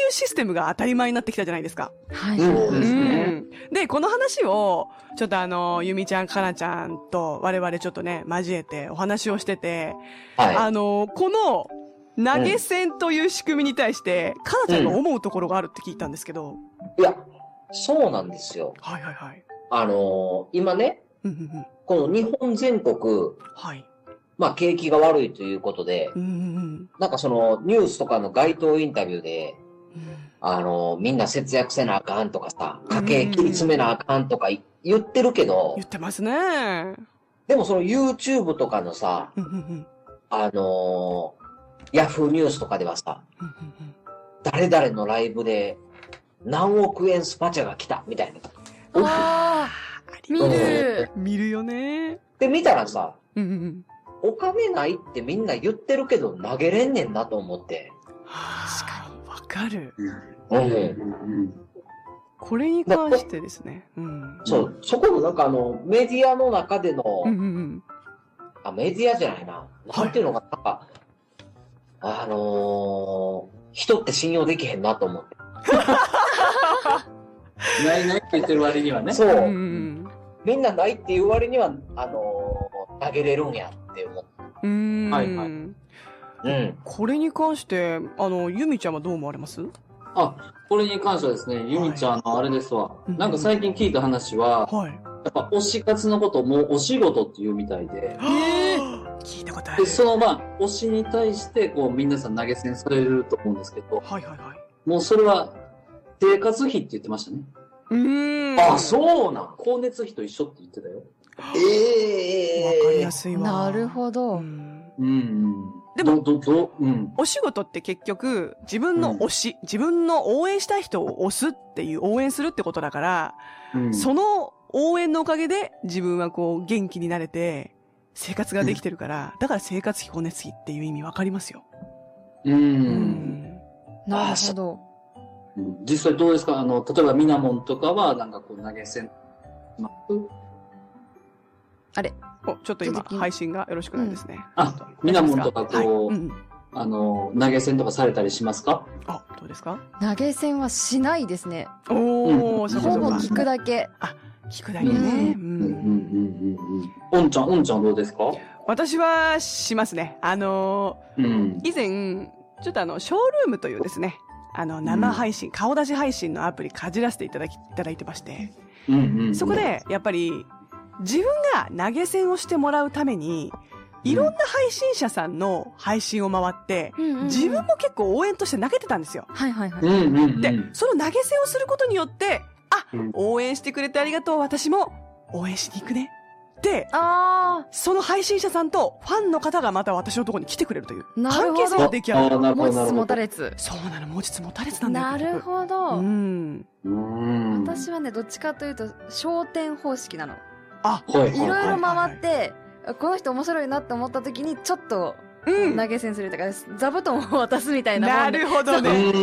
うシステムが当たり前になってきたじゃないですか。
はい。
うん
は
そうですね
うんで、この話を、ちょっとあの、ゆみちゃん、かなちゃんと我々ちょっとね、交えてお話をしてて、
は
あの、この、投げ銭という仕組みに対して、かなちゃんが思うところがあるって聞いたんですけど、
い。いや、そうなんですよ。
はいはいはい。
あのー今ね、
うんうんうん。
この日本全国、
はい。
まあ景気が悪いということで
う、んうん
なんかそのニュースとかの街頭インタビューで、
うん。
あのーみんな節約せなあかんとかさ、家計切り詰めなあかんとかい言ってるけど
言、ってますね。うん
でもその YouTube とかのさ、
うんうん。
あのー、ヤフーニュースとかではさ、
うんうんうん
誰々のライブで何億円スパチャが来たみたいな。
あー、見る。
見るよね。
で、見たらさ、
うんうんうん。
お金ないってみんな言ってるけど投げれんねんなと思って。
確かに。わかる。
うん。
これに関してですね。うん。
そう、そこのなんかあの、メディアの中での、
うんうんうん。
あ、メディアじゃないな。
はい
なんていうのかな、なんか、あのー、人って信用できへんなと思って。
ないないって言ってる割にはね。
そうう。
ん
みんなないっていう割には、あのー、投げれるんやって思って。
うんうん。
はいはい
うん
うん。
これに関して、あの、ゆみちゃんはどう思われます
これに関してはですね、ゆみちゃんのあれですわ。
うん
なんか最近聞いた話は、
はい。
やっぱ推し活のことをもうお仕事っていうみたいで、
え
聞いたことある
で、。そのまあ、推しに対して、こう、皆さん投げ銭されると思うんですけど、
はいはいはい。
もうそれは、生活費って言ってましたね。
うーん。
あ、そうなん。光熱費と一緒って言ってたよ。
ええ
わかりやすいわ。
なるほ
う
ど。
ん
うんうん。
でも
ど、ど、ど、うん。
お仕事って結局、自分の推し、自分の応援したい人を推すっていう、応援するってことだから、
うん、
その応援のおかげで自分はこう元気になれて、生活ができてるから、だから生活費、光熱費っていう意味わかりますよ。
うん
う
うん。
ん。
なるほど。
実際どうですかあの、例えばミナモンとかは、なんかこう投げ銭、ま
お、ちょっと今、
続き
配信がよろしくないですね。
あ、ミナモンとか
はい
こう、
うんうん
あの、投げ銭とかされたりしますか
あ、どうですか
投げ銭はしないですね。
おー、
うん
そうか
ほ
そう
ぼ
か。
聞くだけ。
聞くだけね。う
うんうんう
ん。
んうんうん。おんちゃん、おんちゃんどうですか
私は、しますね。あのー、
うん。
以前、ちょっとあの、ショールームというですね、あの、生配信、顔出し配信のアプリかじらせていただき、いただいてまして、
うんうんうん
そこ、で、やっぱり、自分が投げ銭をしてもらうために、いろんな配信者さんの配信を回って、自分も結構応援として投げてたんですよ。
はいはいはい。
うんうんうん。
で、その投げ銭をすることによって、あ
うん、
応援してくれてありがとう、私も応援しに行くね。で、
あ
その配信者さんとファンの方がまた私のところに来てくれるという、
なる
関
ほど
係性が出来上がる。
あーな
あ。
るほ
持
ど、なる
つ
ほ
持
ど
た。れつ。
そうなの、持ちつ持たれつなんだよ
な
結
る
局
ほ
う
ど。
ん。
うん。
私はね、どっちかというと、焦点方式なの。
あ、
はいはい
いろいろ回って、この人面白いなって思った時に、ちょっと
うん。
投げ銭するとか、座布団を渡すみたいなも
なん
で。
るほど
う
ね。
ん。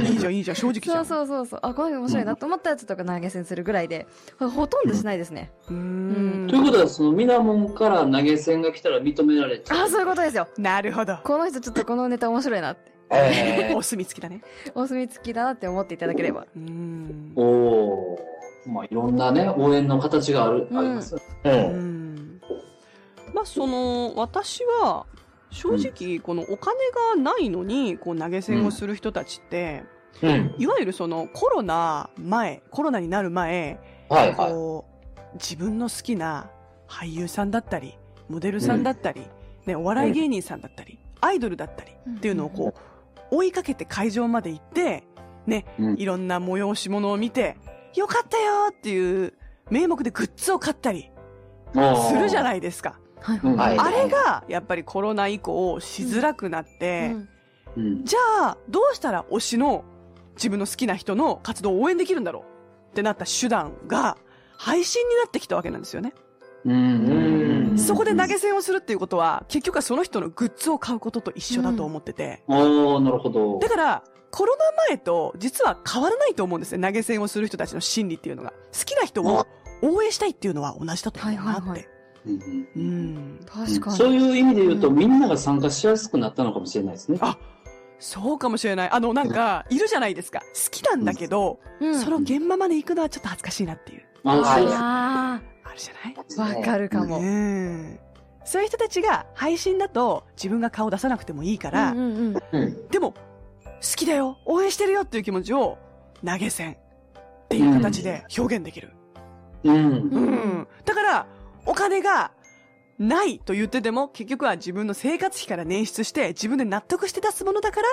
いいじゃん、いいじゃん、正直じゃ
そ
ん。
うそうそうそう。あ、この人面白いなと思ったやつとか投げ銭するぐらいで、ほとんどしないですね。
うーん
ということは、そのミナモンから投げ銭が来たら認められて。
あ、そういうことですよ。
なるほど。
この人ちょっとこのネタ面白いなって、
ええ
お墨付きだね。
お墨付きだなって思っていただければ。
うーん。
おおー。まあ、いろんなね、応援の形がある、
うん
あります。
う
うん。
んまあ、その、私は、正直、このお金がないのに、こう投げ銭をする人たちって、
うん。
いわゆるそのコロナ前、コロナになる前、
はいは
こう、自分の好きな俳優さんだったり、モデルさんだったり、ね、お笑い芸人さんだったり、アイドルだったり、っていうのをこう、追いかけて会場まで行って、ね、
うん
いろんな催し物を見て、よかったよーっていう名目でグッズを買ったりするじゃ
い。
ないですか。
はい
うん
はい。
い。
あれ、が、やっぱりコロナ以降しづらくなって、
うん
うん
じゃあ、どうしたら推しの自分の好きな人の活動を応援できるんだろうってなった手段が、配信になってきたわけなんですよね。
うんうん。
そこで投げ銭をするっていうことは、結局はその人のグッズを買うことと一緒だと思ってて、
おおなるほど。
だから、コロナ前と実は変わらないと思うんですね。投げ銭をする人たちの心理っていうのが。好きな人を応援したいっていうのは同じだと思うなって。
はいはいはい
うんうん
うん。
確かに。
そういう意味で言うと、
うん
みんなが参加しやすくなったのかもしれないですね。
あそうかもしれない。あの、なんか、いるじゃないですか。好きなんだけど、
うん
その現場まで行くのはちょっと恥ずかしいなっていう。
あ、そう
あ
あるじゃない
あ、わかるかも。
うん。そういう人たちが配信だと自分が顔出さなくてもいいから、
うんうんうん
うん
でも、好きだよ応援してるよっていう気持ちを投げ銭っていう形で表現できる。
うん。
う。
うん
だから、お金がないと言ってても、結局は自分の生活費から捻出して、自分で納得して出すものだから、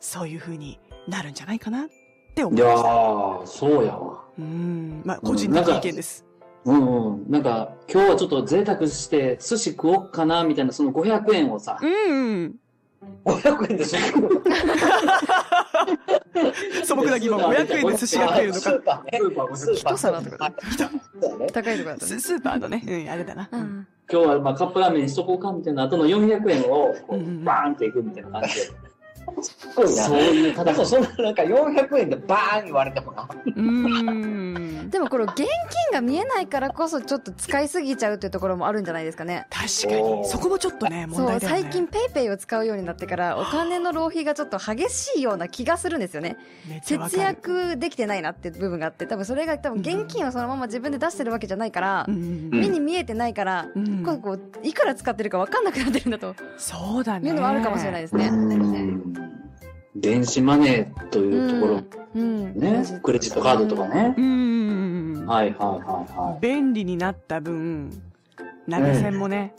そういう風になるんじゃないかなって思
い
い
や
ました。
ー、そうやわ。
うん。まあ、
うん
個人的意見です。
うんうん。なんか、今日はちょっと贅沢して、寿司食おっかな、みたいな、その500円をさ
う、ん。
500円で寿司食うの
素朴な疑問、500円で寿司が食えるの
ス
か。
ーパーね。
スーパー
スーパー
一皿とか。
そうだね。
高いとこだとね
ス。スーパーのね、うん、あれだな。
う
うん
ん
今日はまあカップラーメンにしとこうか、みたいな、後の400円をこ
うんうん
う、バーンっていくみたいな感じで。
すごいな。
そうい
で
う
も
戦い。
そんななんか400円でバーン言われてもな。
うーん
でもこれ現金が見えないからこそちょっと使いすぎちゃうっていうところもあるんじゃないですかね。
確かにそこもちょっとね問
そう
題だよね
最近ペイペイを使うようになってからお金の浪費がちょっと激しいような気がするんですよね。
めっちゃわか
節
る
約できてないなって部分があって多分それが多分現金をそのまま自分で出してるわけじゃないから
う、ん
目に見えてないから、
うんうん
こうこういくら使ってるか分かんなくなってるんだと
そうだね
いうのもあるかもしれないですね。
うん電子マネーというところ
うん
ね、クレジットカードとか。ね
う。ーん
はいはいはいはい。
便利になった分投げ銭もね、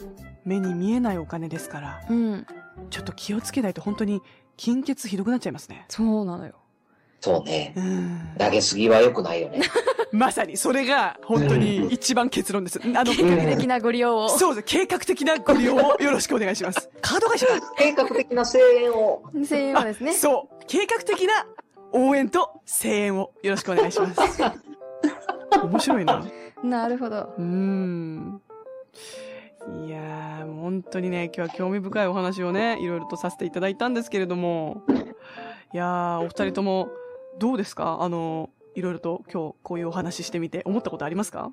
目に見えないお金ですから
うん、
ちょっと気をつけないと本当に金欠ひどくなっちゃいますね
そうなのよ。
そうね。
うーん
投げすぎは良くないよね。
まさにそれが本当に一番結論ですあの
計画的なご利用を。
そうです計画的なご利用をよろしくお願いします カード会社だ
計画的な声援を。
千円はですね。
そう計画的な応援と声援をよろしくお願いします 面白いな
なるほど。
うーん。いやー、もう本当にね、今日は興味深いお話をね、いろいろとさせていただいたんですけれども、いやー、お二人とも、どうですかあの、いろいろと今日こういうお話ししてみて思ったことありますか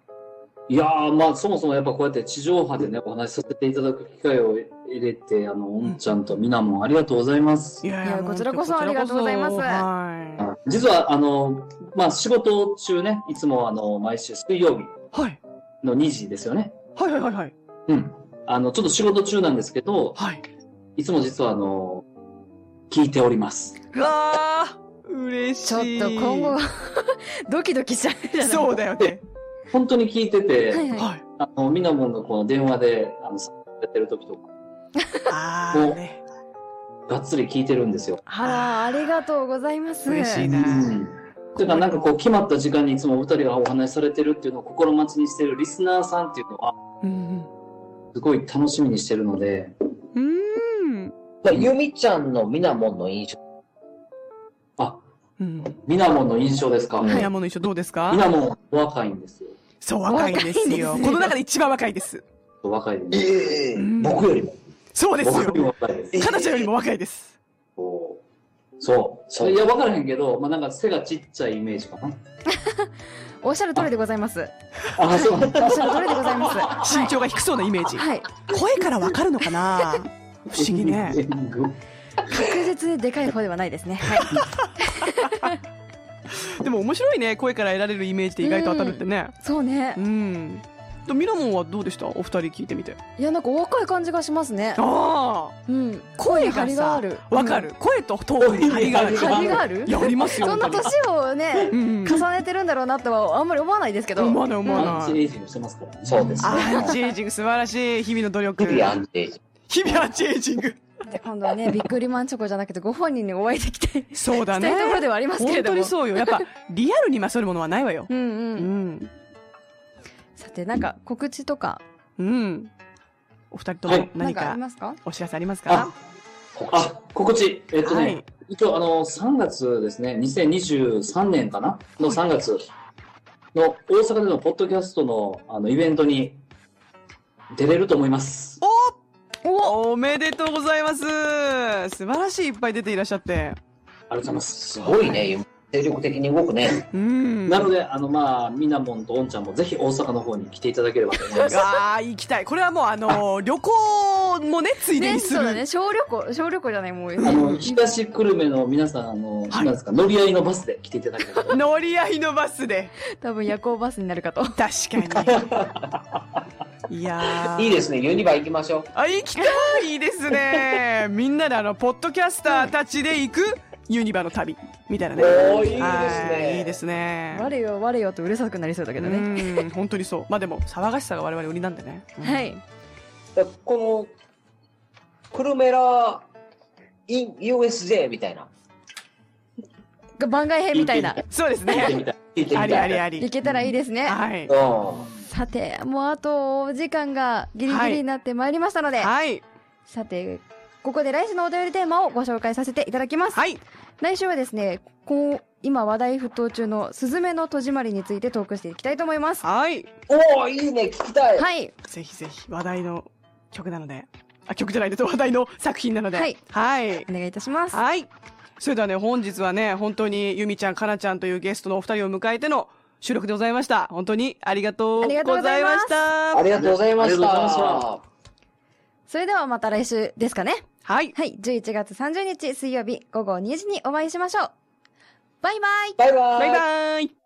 いやー、まあ、そもそもやっぱこうやって地上波でね、お話しさせていただく機会を得れて、あの、おんちゃんとみなもんありがとうございます。
や
いや
もう
こちらこそありがとうございます
こちらこそは
実は、あの、まあ、仕事中ね、いつもあの、毎週水曜日
い。はい。
の2時ですよね。
はいはいはいはい。
うん。あの、ちょっと仕事中なんですけど、
はい。
いつも実はあの、聞いております。
うわー、嬉しい。
ちょっと今後は ドキドキしちゃうじゃない
そうだよね。
本当に聞いてて、
はいはい。
はい。
あの、みなもんがこの電話で、あの、やってる時とか、
あーね。
がっつり聞いてるんですよ。
あら、ありがとうございます。
嬉しいね
うん。てか、なんかこう、決まった時間にいつもお二人がお話しされてるっていうのを心待ちにしてるリスナーさんっていうのは、
うん
すごい楽しみにしてるので、
うん。うーん。
まあ、ゆみちゃんのみなもんの印象。
あ、
うん。
みなもんの印象ですか。
早山の衣装どうですか
みなもん、お若いんですよ。
そう、若いんです
若いんです
よ。
よ
この中で一番若いです。
お若いです。
ええ
うん
僕よりも。
そうです
僕
よ
よ。りも若いです。
彼女よりも若いです。
こうそう。
そう
いや、わからへんけど、まあ、なんか背がちっちゃいイメージかな。
おっしゃる通りでございます。
あ、そう。
おっしゃる通りでございま す。
身長が低そうなイメージ。
はい。
声からわかるのかな不思議 ね。
確実にでかい方ではないですね。はい。
でも面白いね。声から得られるイメージって意外と当たるってね。
そうね
う。ん。とミラモンはどうでしたお二人聞いてみて。
いや、なんかお若い感じがしますね。
あ
うん。声に張りがある。
あわか
う
る。声とトーンに張りがある。
ん。張りがある
いや、ありますよ。
そんな
本当に
年をね、
うん。
重ねてるんだろうなとはあんまり思わないですけど。
思わない思わ
アン
な
チエ
い。
イジングしてますから、ね。
そうです
アン
ね。
チエイジング素晴らしい。日々の努力。
クリア
日
ンテージ。
々アンチエイジング。
で今度はね、ビックリマンチョコじゃなくてご本人にお会いできて、し
そうだ
たい
ね。
ところではありますけれ
本
ど
当
も。
にそうよ。やっぱ、リアルに勝るものはないわよ。
うんう。
うんん。
さて、なんか告知とか、
うん。お二人と
は
も
い
なん
何
かあ
か
りますか
お知らせありますか
あ、あ、心地。えっとね、
はい
一応あの、3月ですね、2023年かなの3月の大阪でのポッドキャストのあのイベントに出れると思います。
おおめでとうございます素晴らしいいっぱい出ていらっしゃって。
ありがとうございます。
すごいね。精力的に動くね。
うん。
なので、あの、まあ、みなもんとおんちゃんもぜひ大阪の方に来ていただければと思います。
ああ、行きたい。これはもうあのー旅行もね、ついで
ね、
にす
そうだね。
る。
小旅行、小旅行じゃない、もう。
あの、東久留米の皆さん、あの、なんですか、乗り合いのバスで来ていただければと思いま
乗り合いのバスで。
多分夜行バスになるかと。
確かに。いやー
いいですね。ユニバ行きましょう。
あ、行きたいですね。みんなであの、ポッドキャスターたちで行くユニバの旅。みたいなね。
おーいいですね
はいいいですね。
我よ我よとうるさくなりそうだけどね。
うん本当にそうまあでも騒がしさが我々売りなんでね、うん
はい。
だからこの、クルメラ、イン、USJ みたいな。
が番外編みたいな。
そうです
す。行って
ね
みたい。
聞いてみ
あ
たい
りありあり
いけたらいいですね。
はい
うん。
さて、もうあとお時間がギリギリになってまいりましたので、
はい
さて、ここで来週のお便りテーマをご紹介させていただきます。
はい
来週はですね、こう、今話題沸騰中のスズメの戸締まりについてトークしていきたいと思います。
はい
おー、いいね。聞きたい。
はい。
ぜひぜひ話題の曲なのであ曲じゃないです話題の作品なので
はい
はい
お願いいたします。
はいそれではね本日はね本当にゆみちゃんかなちゃんというゲストのお二人を迎えての収録でございました本当にありがとうご
ありがとうご
ざ
ざ
い
い
ま
ま
し
す
た
ありがとうございまし
ありがとうございま
た。
それではまた来週ですかね。
はい
はい、11月30日水曜日午後2時にお会いしましょう。バイバイ
バイバ
バ
イ
イ。バイ